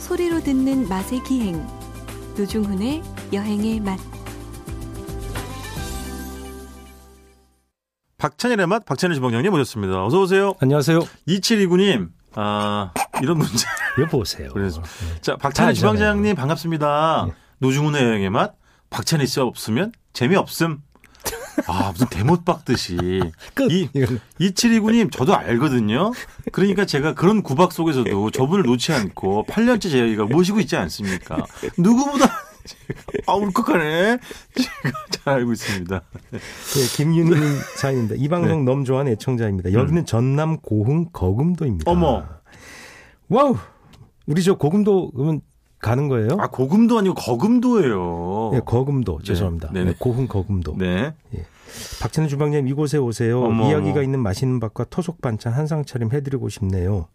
소리로 듣는 맛의 기행 노중훈의 여행의 맛 박찬일의 맛, 박찬일 주방장님 모셨습니다. 어서 오세요. 안녕하세요. 2729님. 아, 이런 문제. 여보세요. 그래서- 네. 자, 다 박찬일 아시잖아요. 주방장님 반갑습니다. 예. 노중훈의 여행의 맛, 박찬일 씨 없으면 재미없음. 아, 무슨 대못 박듯이. 끝. 이- 이건 2729님, 저도 알거든요. 그러니까 제가 그런 구박 속에서도 저분을 놓지 않고 8년째 저희가 모시고 있지 않습니까? 누구보다 제가, 아, 울컥하네. 제가 잘 알고 있습니다. 예, 김윤희 사인입니다. 이 방송 네. 너무 좋아하는 애청자입니다. 여기는 전남 고흥 음. 거금도입니다. 어머. 와우. 우리 저 고금도 그러면 가는 거예요? 아, 고금도 아니고 거금도예요. 예, 거금도 죄송합니다. 네네. 예, 고흥 거금도. 네. 박찬호 주방장님 이곳에 오세요. 어머. 이야기가 있는 맛있는 밥과 토속 반찬 한상 차림 해드리고 싶네요.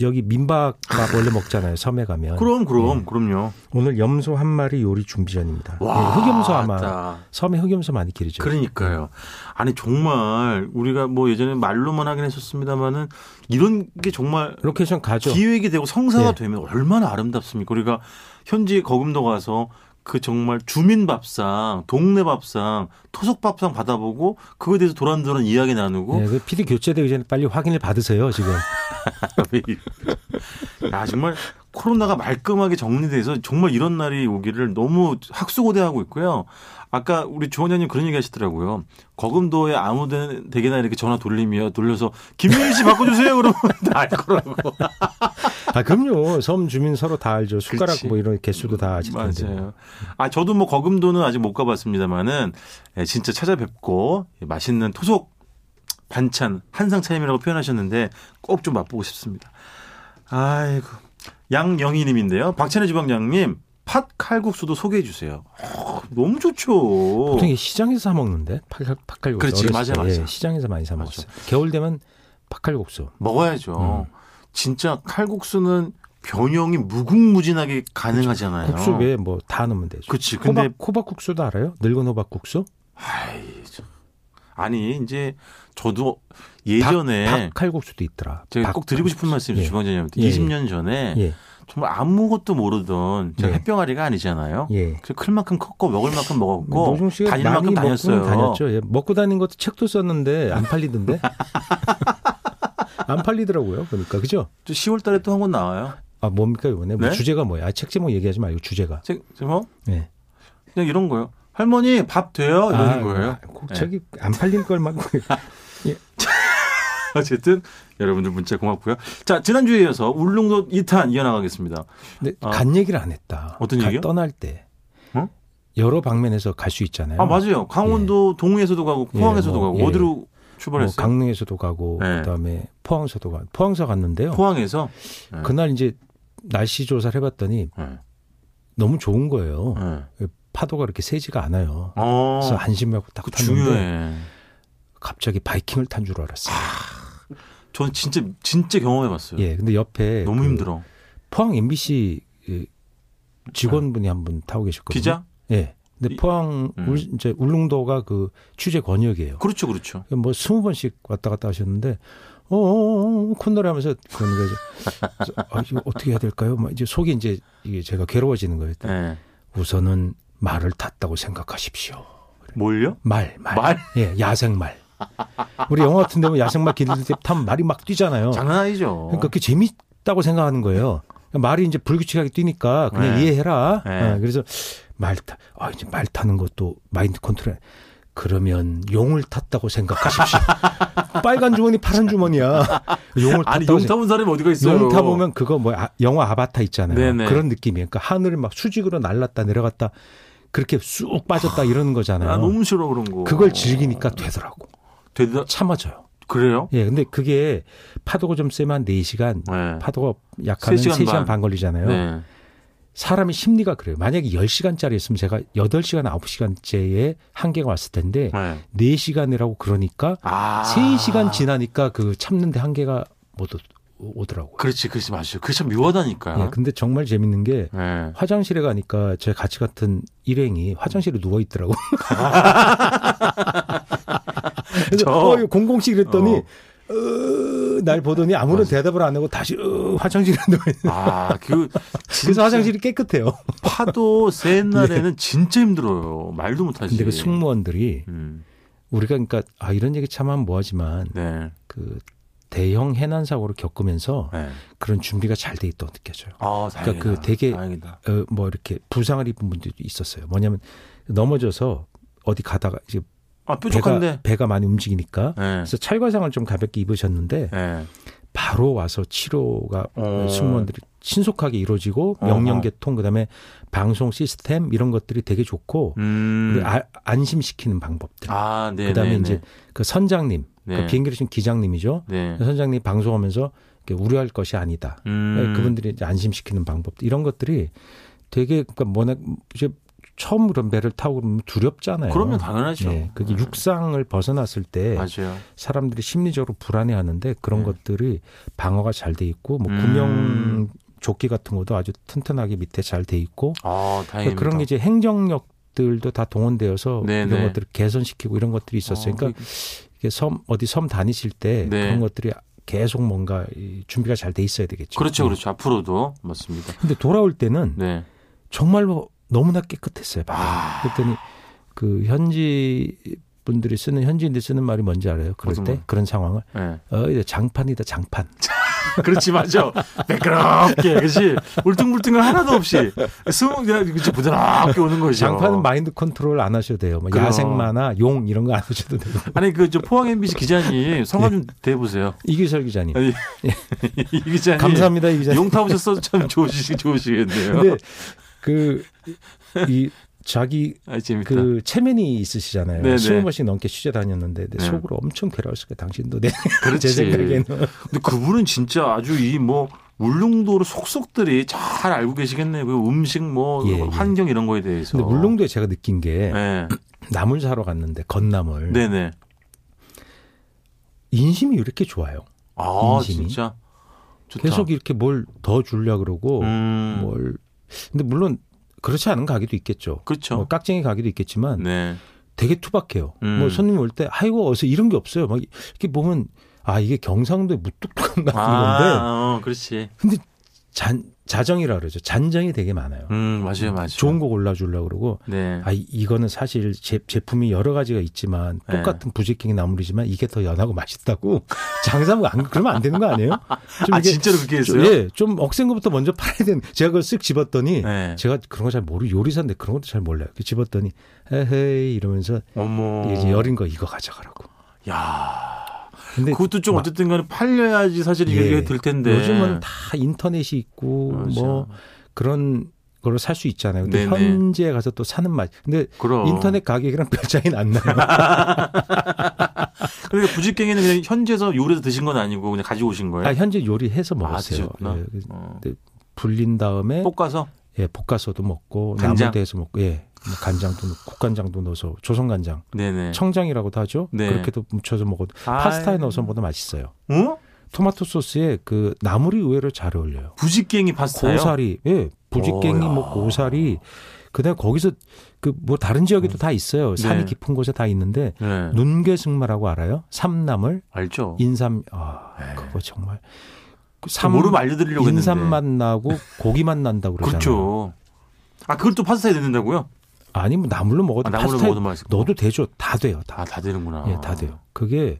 여기 민박 밥 원래 먹잖아요. 섬에 가면. 그럼 네. 그럼 그럼요. 오늘 염소 한 마리 요리 준비 전입니다. 와, 예, 흑염소 아마 맞다. 섬에 흑염소 많이 기르죠. 그러니까요. 아니 정말 우리가 뭐 예전에 말로만 하긴 했었습니다만은 이런 게 정말 로케이션 가죠. 기획이 되고 성사가 예. 되면 얼마나 아름답습니까? 우리가 현지 거금도 가서 그 정말 주민 밥상, 동네 밥상, 토속 밥상 받아보고 그거에 대해서 도란도란 이야기 나누고 네, 그 PD 교체되기 전에 빨리 확인을 받으세요, 지금. 아 정말 코로나가 말끔하게 정리돼서 정말 이런 날이 오기를 너무 학수고대하고 있고요. 아까 우리 주원장님 그런 얘기 하시더라고요. 거금도에 아무 데- 대게나 이렇게 전화 돌리며 돌려서 김민희 씨 바꿔주세요 그러면 다알 거라고. 아, 그럼요. 섬 주민 서로 다 알죠. 숟가락 그렇지. 뭐 이런 개수도 다 아실 텐데. 맞아요. 아 저도 뭐 거금도는 아직 못 가봤습니다만은 예, 진짜 찾아뵙고 예, 맛있는 토속 반찬 한상 차림이라고 표현하셨는데 꼭 좀 맛보고 싶습니다. 아이고 양영희님인데요. 박찬혜 주방장님 팥 칼국수도 소개해 주세요. 어, 너무 좋죠. 보통 이게 시장에서 사 먹는데 팔칼 팔칼국수. 그렇지, 어렸을 맞아요, 때, 맞아요. 예, 시장에서 많이 사 맞아요. 먹었어요. 겨울 되면 팔칼국수. 음. 먹어야죠. 진짜 칼국수는 변형이 무궁무진하게 가능하잖아요. 국수 외에 뭐 다 넣으면 되죠. 그치. 호박, 근데 호박국수도 알아요? 늙은 호박국수? 아이, 참. 아니 이제 저도 닭- 예전에 박칼국수도 있더라. 제가 박- 꼭 드리고 싶은 말씀이 예. 주방장님한테 예, 예. 20년 전에 예. 정말 아무것도 모르던 제가 예. 햇병아리가 아니잖아요. 예. 뭐 그래서 클 만큼 컸고 먹을 만큼 먹었고 노중 씨가 다닐 많이 만큼 먹고 다녔어요. 다녔죠. 예. 먹고 다닌 것도 책도 썼는데 안 팔리던데. 안 팔리더라고요. 그러니까 그죠? 10월 달에 또 한 권 나와요. 아 뭡니까 이번에 뭐 네? 주제가 뭐야? 아, 책 제목 얘기하지 말고 주제가. 제, 제 뭐? 네. 그냥 이런 거요. 할머니 밥 돼요? 이러는 아, 거예요. 꼭 네. 저기 안 팔린 걸만 네. 어쨌든 여러분들 문자 고맙고요. 자 지난주에 이어서 울릉도 2탄 이어나가겠습니다. 근데 아. 간 얘기를 안 했다. 어떤 가- 얘기요? 떠날 때 어? 여러 방면에서 갈 수 있잖아요. 아 맞아요. 강원도 동해에서도 가고 예, 포항에서도 뭐, 가고 예. 어디로 뭐 출발했어요? 강릉에서도 가고 네. 그다음에 포항서도 가. 포항서 갔는데요. 포항에서. 네. 그날 이제 날씨 조사를 해봤더니 네. 너무 좋은 거예요. 네. 파도가 그렇게 세지가 않아요. 어, 그래서 안심하고 딱 그 탔는데 중요해. 아, 갑자기 바이킹을 탄 줄 알았어요. 저는 진짜 진짜 경험해봤어요. 예, 근데 옆에 너무 그 힘들어. 포항 MBC 이그 직원분이 한 분 타고 계셨거든요. 기자? 예. 근데 이- 포항 음. 울, 이제 울릉도가 그 취재 권역이에요. 그렇죠, 그렇죠. 뭐 스무 번씩 왔다 갔다 하셨는데 어 콧노래하면서 그런 거죠. 그래서 아, 이거 어떻게 해야 될까요? 막 이제 속이 이제 이게 제가 괴로워지는 거예요. 예. 우선은 말을 탔다고 생각하십시오. 뭘요? 말, 말. 말? 예, 야생말. 우리 영화 같은 데 보면 야생말 길들 때 타면 말이 막 뛰잖아요. 장난 아니죠. 어. 그러니까 그게 재밌다고 생각하는 거예요. 그러니까 말이 이제 불규칙하게 뛰니까 그냥 네. 이해해라. 네. 어, 그래서 말 타, 아, 이제 말 타는 것도 마인드 컨트롤. 그러면 용을 탔다고 생각하십시오. 빨간 주머니, 파란 주머니야. 용을 아니 탔다고 용 타본 사람이 어디가 있어요? 용타 보면 그거 뭐 아- 영화 아바타 있잖아요. 네네. 그런 느낌이에요. 그러니까 하늘을 막 수직으로 날랐다 내려갔다 그렇게 쑥 빠졌다 이러는 거잖아요. 아, 너무 싫어 그런 거. 그걸 즐기니까 되더라고. 되다 참아져요. 그래요? 예, 근데 그게 파도가 좀 세면 한 4시간, 네. 파도가 약하면 세 시간 3시간 반, 반 걸리잖아요. 네. 사람의 심리가 그래요. 만약에 10시간짜리였으면 제가 8시간, 9시간째에 한계가 왔을 텐데 네. 4시간이라고 그러니까 아. 3시간 지나니까 그 참는데 한계가 못 오- 오더라고요. 그렇지, 그렇지 맞아요. 그게 참 예, 묘하다니까. 근데 정말 재밌는 게 네. 화장실에 가니까 제 같이 같은 일행이 화장실에 누워 있더라고. 그래서 저- 어, 이거 공공식 이랬더니 어. 어, 으, 날 보더니 아무런 대답을 안 하고 다시 으, 화장실에 누워 있는. 아, 그 그래서 화장실이 깨끗해요. 파도 센 날에는 진짜 힘들어요. 말도 못 하지. 근데 그 승무원들이 음. 우리가 그러니까 아 이런 얘기 참 하면 뭐하지만 네. 그 대형 해난 사고를 겪으면서 네. 그런 준비가 잘 돼 있다고 느껴져요. 아, 다행이다. 그러니까 그 되게- 다행이다. 어, 뭐 이렇게 부상을 입은 분들도 있었어요. 뭐냐면 넘어져서 어디 가다가 이제 아, 배가, 뾰족한데. 배가 많이 움직이니까 네. 그래서 찰과상을 좀 가볍게 입으셨는데 네. 바로 와서 치료가 어. 승무원들이 신속하게 이루어지고 어허. 명령 개통 그다음에 방송 시스템 이런 것들이 되게 좋고 음. 아- 안심시키는 방법들. 아, 네. 그다음에 네, 이제 네. 그 선장님, 네. 그 비행기를 지금 기장님이죠. 네. 선장님 이 방송하면서 이렇게 우려할 것이 아니다. 네, 음. 그분들이 이제 안심시키는 방법 이런 것들이 되게 그러니까 워낙 이제 처음 그런 배를 타고 그러면 두렵잖아요. 그러면 당연하죠. 네, 그게 네. 육상을 벗어났을 때 맞아요. 사람들이 심리적으로 불안해하는데 그런 네. 것들이 방어가 잘 돼 있고 뭐 음. 구명 조끼 같은 것도 아주 튼튼하게 밑에 잘 돼 있고 그러니까 아, 다행입니다. 그런 게 이제 행정력들도 다 동원되어서 네, 이런 네. 것들을 개선시키고 이런 것들이 있었어요. 어, 그러니까 이게 섬 어디 섬 다니실 때 네. 그런 것들이 계속 뭔가 이 준비가 잘 돼 있어야 되겠죠. 네. 그렇죠, 그렇죠. 앞으로도 맞습니다. 근데 돌아올 때는 네. 정말로 너무나 깨끗했어요. 방금. 아. 그랬더니 그 현지 분들이 쓰는 현지인들이 쓰는 말이 뭔지 알아요? 그럴 무슨 때 말? 그런 상황을 네. 어 이제 장판이다 장판. 그렇지 맞아. 매끄럽게 그렇지. 울퉁불퉁한 하나도 없이 스무 개 그렇지 부드럽게 오는 거죠. 장판은 마인드 컨트롤 안 하셔도 돼요. 뭐 그럼. 야생 만화, 용 이런 거 안 하셔도 되고. 아니 그 저 포항 MBC 기자님 성함 좀 대보세요. 이규설 기자님. 아니, 이 기자님 예. 감사합니다, 이 기자님. 용 타보셨어도 참 좋으시 좋으시겠네요. 근데 그 이 자기 아 재밌다. 그 체면이 있으시잖아요. 네네. 20번씩 넘게 취재 다녔는데 내 네. 속으로 엄청 괴로웠을 거예요. 당신도 내, 그렇지. 그렇죠. 제 생각에는 근데 그분은 진짜 아주 이 뭐 울릉도로 속속들이 잘 알고 계시겠네요. 그 음식 뭐 예, 예. 환경 이런 거에 대해서. 근데 물릉도에 음. 제가 느낀 게 네. 나물 사러 갔는데 건나물 네네. 인심이 이렇게 좋아요. 아 인심이. 진짜 좋다. 계속 이렇게 뭘 더 주려 그러고 음, 뭘 근데 물론 그렇지 않은 가게도 있겠죠. 그렇죠. 뭐 깍쟁이 가게도 있겠지만 네. 되게 되게 투박해요. 음. 뭐 손님 올 때 아이고 어서 이런 게 없어요. 막 이렇게 보면 아 이게 경상도의 무뚝뚝함 같은 건데 어, 그렇지. 잔 자정이라 그러죠. 잔정이 되게 많아요. 음, 맞아요, 맞아요. 좋은 거 골라주려고 그러고 네. 아 이- 이거는 사실 제, 제품이 여러 가지가 있지만 네. 똑같은 부재깽이 나물이지만 이게 더 연하고 맛있다고 장사하면 안 그러면 안 되는 거 아니에요? 좀 아, 이게 진짜로 그렇게 좀, 했어요? 예, 좀 억센 것부터 먼저 팔아야 되는. 제가 그걸 쓱 집었더니 네. 예. 제가 그런 거 잘 모르 요리사인데 그런 것도 잘 몰라요. 그 집었더니 헤헤이 이러면서 어머. 이제 여린 거 이거 가져가라고. 야. 근데 그것도 좀 마- 어쨌든 간에 팔려야지 사실 이게 예. 될 텐데. 요즘은 다 인터넷이 있고 맞아. 뭐 그런 거로 살 수 있잖아요. 근데 네네. 어. 현지에 가서 또 사는 맛. 근데 그럼. 인터넷 가격이랑 별 차이는 안 나요. 그러니까 부직갱이는 그냥 현지에서 요리해서 드신 건 아니고 그냥 가지고 오신 거예요? 아, 현재 요리해서 먹었어요. 드셨구나. 예, 그래서 어. 불린 다음에 볶아서? 예, 볶아서도 먹고 간장? 나물도 해서 먹고 예, 뭐 간장도 넣고 국간장도 넣어서 조선간장, 네네. 청장이라고도 하죠. 네. 그렇게도 묻혀서 먹어도 아, 파스타에 넣어서 먹어도 맛있어요. 어? 토마토 소스에 그 나물이 의외로 잘 어울려요. 부직갱이 파스타요? 고사리, 예, 부지깽이 오야. 뭐 고사리. 그다음 거기서 그 뭐 다른 지역에도 다 있어요. 산이 네. 깊은 곳에 다 있는데 네. 눈개승마라고 알아요? 삼나물, 알죠. 인삼, 아 그거 정말 그 참 네. 모르면 알려드리려고 했는데. 인삼 맛 나고 고기 맛 난다고 그러잖아요. 그렇죠. 아, 그걸 또 파스타에 넣는다고요? 아니 뭐 나물로 아, 먹어도 나물로 파스타에 먹어도 맛있고. 넣어도 되죠. 다 돼요. 다. 아, 다 되는구나. 예, 다 돼요. 그게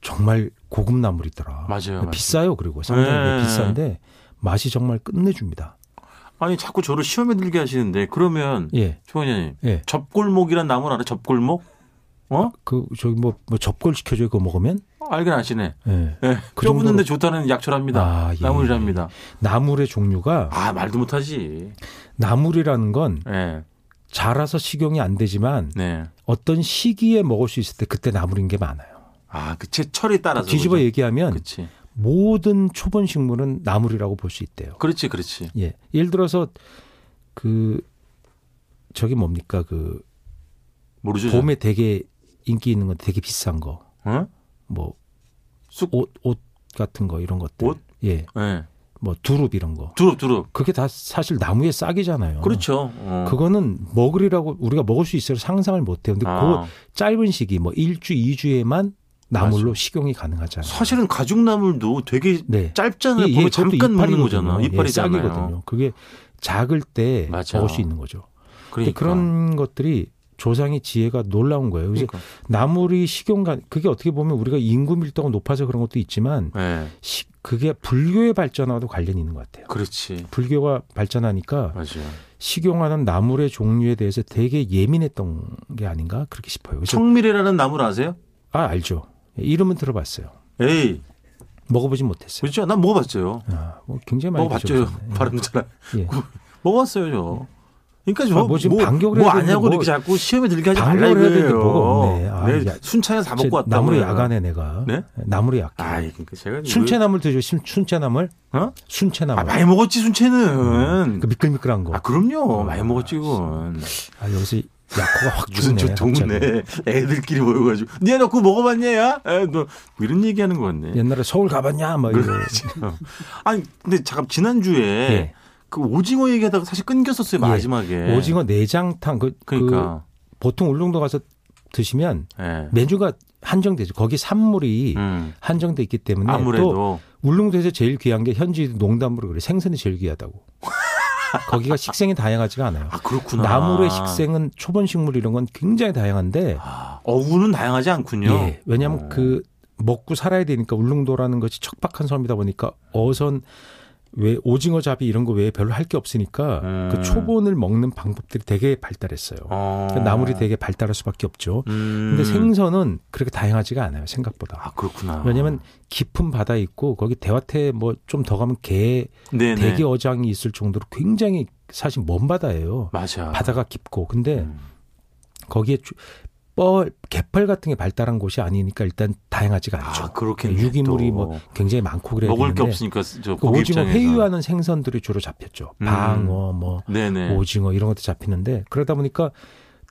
정말 고급 나물이더라. 네, 맞아요, 맞아요. 비싸요. 그리고 상당히 네. 비싼데 맛이 정말 끝내줍니다. 아니, 자꾸 저를 시험에 들게 하시는데, 그러면, 예. 초원님 예. 접골목이란 나물 알아? 접골목? 어? 그 저기 뭐, 뭐 접골 시켜줘요. 그거 먹으면. 알긴 아시네. 예. 예. 그 뼈 붙는데 정도로- 좋다는 약초랍니다. 아, 예. 나물이랍니다. 나물의 종류가 아, 말도 못하지. 나물이라는 건 예. 자라서 식용이 안 되지만 네. 어떤 시기에 먹을 수 있을 때 그때 나물인 게 많아요. 아, 그 제철에 따라서. 뒤집어 그죠? 얘기하면 그렇지. 모든 초본 식물은 나물이라고 볼 수 있대요. 그렇지, 그렇지. 예. 예를 들어서 그 저기 뭡니까 그 모르죠. 봄에 되게 인기 있는 건 되게 비싼 거. 어? 뭐 쑥? 옷, 옷 같은 거 이런 것들. 옷? 예. 예. 뭐 두릅 이런 거. 두릅, 두릅. 그게 다 사실 나무의 싹이잖아요. 그렇죠. 어. 그거는 먹으리라고 우리가 먹을 수 있어요. 상상을 못 해요. 근데 아. 그 짧은 시기 뭐 1주, 2주에만 나물로 식용이 가능하잖아요. 사실은 가죽나물도 되게 네. 짧잖아요. 예, 예, 보면 그것도 잠깐 먹는 이파리거든요. 거잖아. 예, 이파리잖아요. 싹이거든요. 그게 작을 때 맞아. 먹을 수 있는 거죠. 근데 그러니까. 그런 것들이 조상의 지혜가 놀라운 거예요. 그래서 그러니까. 나물이 식용간 그게 어떻게 보면 우리가 인구 밀도가 높아서 그런 것도 있지만 예, 시- 그게 불교의 발전하고도 관련이 있는 것 같아요. 그렇지. 불교가 발전하니까 맞아요. 식용하는 나물의 종류에 대해서 되게 예민했던 게 아닌가 그렇게 싶어요. 그래서 청미래라는 나물 아세요? 아 알죠. 예, 이름은 들어봤어요. 에이, 먹어보진 못했어요. 그렇죠. 난 먹어봤어요. 아, 뭐 굉장히 많이 먹어봤죠. 드셔보셨네. 발음도 잘. 안- 예. 먹어봤어요, 저. 그러니까 저 아, 뭐 지금 반격을 해야 뭐 되는데 아냐고 뭐- 이렇게 자꾸 시험에 들게 하지 반격을 말라 해야 되는데 이거예요. 뭐가 없네. 아, 내 야. 순차에 다 먹고 왔다. 나물을 야간에 내가 네? 나물이 약해. 아이, 그러니까 제가 순채나물 드죠. 순- 순채나물? 왜- 어? 순채나물. 아, 많이 먹었지 순채는. 그 미끌미끌한 거. 아 아, 그럼요 아, 많이 먹었지 그건 여기서 약호가 확 무슨 죽네, 저 동네 애들끼리 모여가지고 니가 너 그거 먹어봤냐야? 너뭐 이런 얘기하는 거 같네. 옛날에 서울 가봤냐? 뭐 막 이런. 그렇죠. 아니 근데 잠깐 지난 주에 예. 그 오징어 얘기하다가 사실 끊겼었어요 예. 마지막에. 오징어 내장탕 그, 그 그러니까 보통 울릉도 가서 드시면 예. 메뉴가 한정되죠. 거기 산물이 음. 한정돼 있기 때문에 또 아무래도 울릉도에서 제일 귀한 게 현지 농담으로 그래. 생선이 제일 귀하다고. 거기가 식생이 다양하지가 않아요. 아 그렇구나. 나물의 식생은 초본 식물 이런 건 굉장히 다양한데 아, 어우는 다양하지 않군요. 예, 왜냐하면 어. 그 먹고 살아야 되니까 울릉도라는 것이 척박한 섬이다 보니까 어선 왜 오징어 잡이 이런 거 외에 별로 할 게 없으니까 음. 그 초본을 먹는 방법들이 되게 발달했어요. 어. 그러니까 나물이 되게 발달할 수밖에 없죠. 음. 근데 생선은 그렇게 다양하지가 않아요 생각보다. 아 그렇구나. 왜냐하면 깊은 바다 있고 거기 대화태 뭐 좀 더 가면 개 네네. 대게 어장이 있을 정도로 굉장히 사실 먼 바다예요. 맞아. 바다가 깊고 근데 음. 거기에 주- 뻘 개펄 같은 게 발달한 곳이 아니니까 일단 다양하지가 않죠. 아 그렇게 유기물이 뭐 굉장히 많고 그래야 먹을 되는데 게 없으니까 저 그 고기 오징어 입장에서. 회유하는 생선들이 주로 잡혔죠. 음. 방어, 뭐 네네. 오징어 이런 것도 잡히는데 그러다 보니까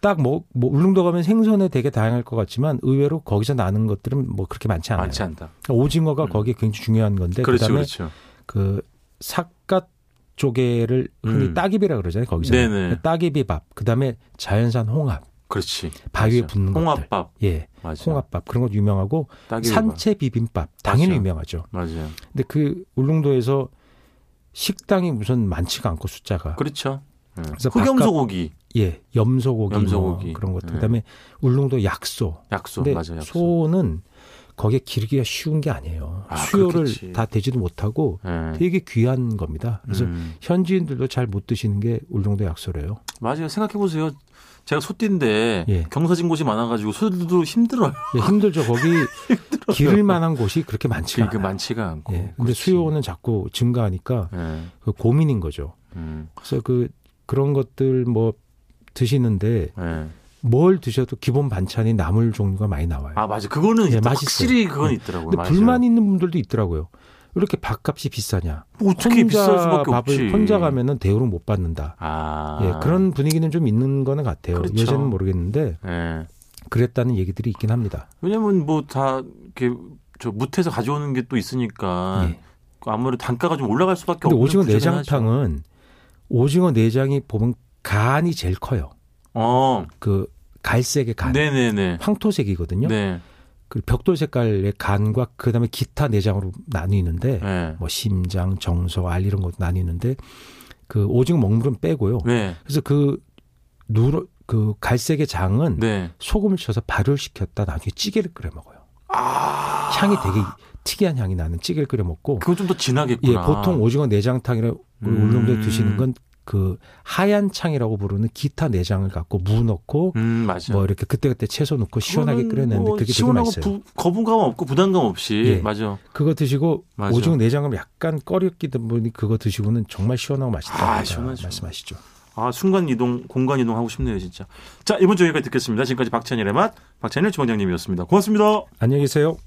딱 뭐, 뭐 울릉도 가면 생선에 되게 다양할 것 같지만 의외로 거기서 나는 것들은 뭐 그렇게 많지 않아요. 많지 않다. 그러니까 오징어가 음. 거기에 굉장히 중요한 건데 그 그렇죠, 다음에 그렇죠. 그 삿갓 조개를 흔히 음. 따기비라 그러잖아요. 거기서 네네. 그 따기비밥, 그 다음에 자연산 홍합, 그렇지. 바위에 맞아. 붙는 것들, 홍합밥. 예, 맞아. 홍합밥 그런 것도 유명하고 딱이 산채 비빔밥 당연히 맞아요. 유명하죠. 맞아요. 근데 그 울릉도에서 식당이 우선 많지가 않고 숫자가 그렇죠. 예. 아. 그래서 흑염소 바깥- 고기, 예 염소고기, 뭐 염소고기. 그런 것들 네. 그다음에 울릉도 약소. 약소 근데 맞아요. 약소. 네, 소는 거기에 기르기가 쉬운 게 아니에요. 아, 수요를 그렇겠지. 다 되지도 못하고 예. 되게 귀한 겁니다. 그래서 음. 현지인들도 잘 못 드시는 게 울릉도 약소래요. 맞아요. 생각해 보세요. 제가 소띠인데 예. 경사진 곳이 많아가지고 소들도 힘들어요. 예, 힘들죠. 거기 기를 만한 곳이 그렇게 많지가 그러니까 않아요. 많지가 않고. 예, 근데 그렇지. 수요는 자꾸 증가하니까 예. 그 고민인 거죠. 음. 그래서 그 그런 것들 뭐 드시는데 예. 뭘 드셔도 기본 반찬이 나물 종류가 많이 나와요. 아 맞아. 그거는 예, 있다. 맛있어요. 확실히 그건 예. 있더라고요. 근데 맞아요. 불만 있는 분들도 있더라고요. 왜 이렇게 밥값이 비싸냐? 뭐 어떻게 비쌀 수밖에 밥을 없지. 혼자 가면은 대우를 못 받는다. 아 예, 그런 분위기는 좀 있는 거는 같아요. 그렇죠. 요새는 모르겠는데 예. 그랬다는 얘기들이 있긴 합니다. 왜냐면 뭐 다 이렇게 저 무태에서 가져오는 게 또 있으니까 그 예. 아무래도 단가가 좀 올라갈 수밖에 근데 없는 오징어 구조긴 하죠. 내장탕은 오징어 내장이 보면 간이 제일 커요. 어, 그 갈색의 간, 네네네. 황토색이거든요. 네. 그 벽돌 색깔의 간과 그다음에 기타 내장으로 나뉘는데 네. 뭐 심장, 정소, 알 이런 것도 나뉘는데 그 오징어 먹물은 빼고요. 네. 그래서 그 누러 그 갈색의 장은 네. 소금을 쳐서 발효시켰다 나중에 찌개를 끓여 먹어요. 아. 향이 되게 특이한 향이 나는 찌개를 끓여 먹고 그건 좀 더 예, 진하겠구나. 보통 오징어 내장탕이라 음. 울릉도에 드시는 건 그 하얀 창이라고 부르는 기타 내장을 갖고 무 넣고 음, 맞아. 뭐 이렇게 그때그때 채소 넣고 시원하게 그거는 끓여내는데 뭐 그게 되게 시원하고 맛있어요. 부- 거부감 없고 부담감 없이. 예. 맞아. 그거 드시고 맞아. 오징어 내장을 약간 꺼렸기던 분이 그거 드시고는 정말 시원하고 맛있다. 아, 시원하죠. 말씀하시죠. 아, 순간 이동, 공간 이동 하고 싶네요, 진짜. 자, 이번 주 여기까지 듣겠습니다. 지금까지 박찬일의 맛, 박찬일 주방장님이었습니다. 고맙습니다. 안녕히 계세요.